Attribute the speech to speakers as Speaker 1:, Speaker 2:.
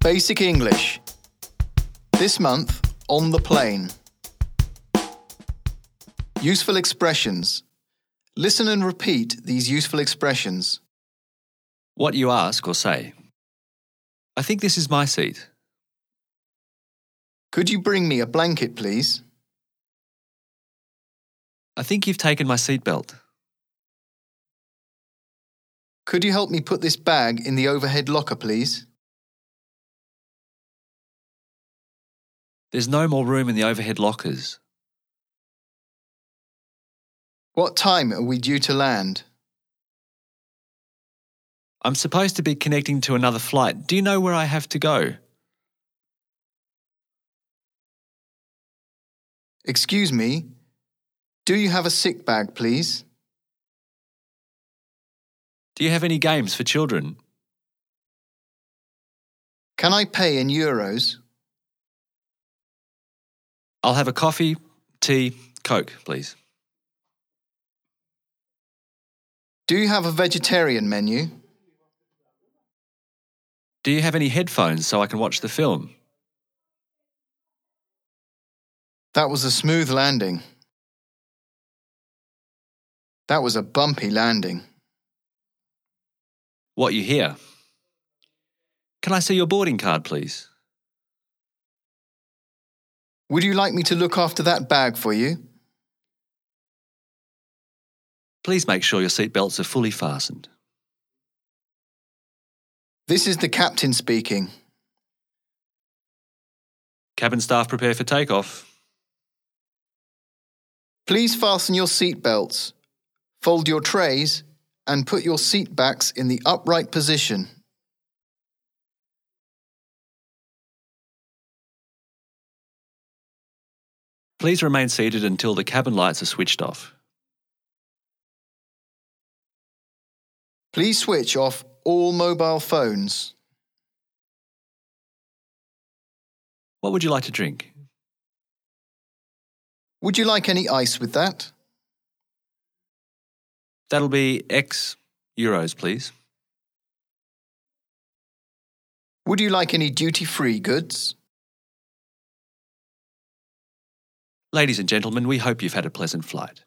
Speaker 1: Basic English. This month, on the plane. Useful expressions. Listen and repeat these useful expressions.
Speaker 2: What you ask or say. I think this is my seat.
Speaker 1: Could you bring me a blanket, please?
Speaker 2: I think you've taken my seatbelt.
Speaker 1: Could you help me put this bag in the overhead locker, please?
Speaker 2: There's no more room in the overhead lockers.
Speaker 1: What time are we due to land?
Speaker 2: I'm supposed to be connecting to another flight. Do you know where I have to go?
Speaker 1: Excuse me. Do you have a sick bag, please?
Speaker 2: Do you have any games for children?
Speaker 1: Can I pay in euros?
Speaker 2: I'll have a coffee, tea, coke, please.
Speaker 1: Do you have a vegetarian menu?
Speaker 2: Do you have any headphones so I can watch the film?
Speaker 1: That was a smooth landing. That was a bumpy landing.
Speaker 2: What you hear? Can I see your boarding card, please?
Speaker 1: Would you like me to look after that bag for you?
Speaker 2: Please make sure your seatbelts are fully fastened.
Speaker 1: This is the captain speaking.
Speaker 2: Cabin staff prepare for takeoff.
Speaker 1: Please fasten your seat belts, fold your trays, and put your seat backs in the upright position.
Speaker 2: Please remain seated until the cabin lights are switched off.
Speaker 1: Please switch off all mobile phones.
Speaker 2: What would you like to drink?
Speaker 1: Would you like any ice with that?
Speaker 2: That'll be X euros, please.
Speaker 1: Would you like any duty free goods?
Speaker 2: Ladies and gentlemen, we hope you've had a pleasant flight.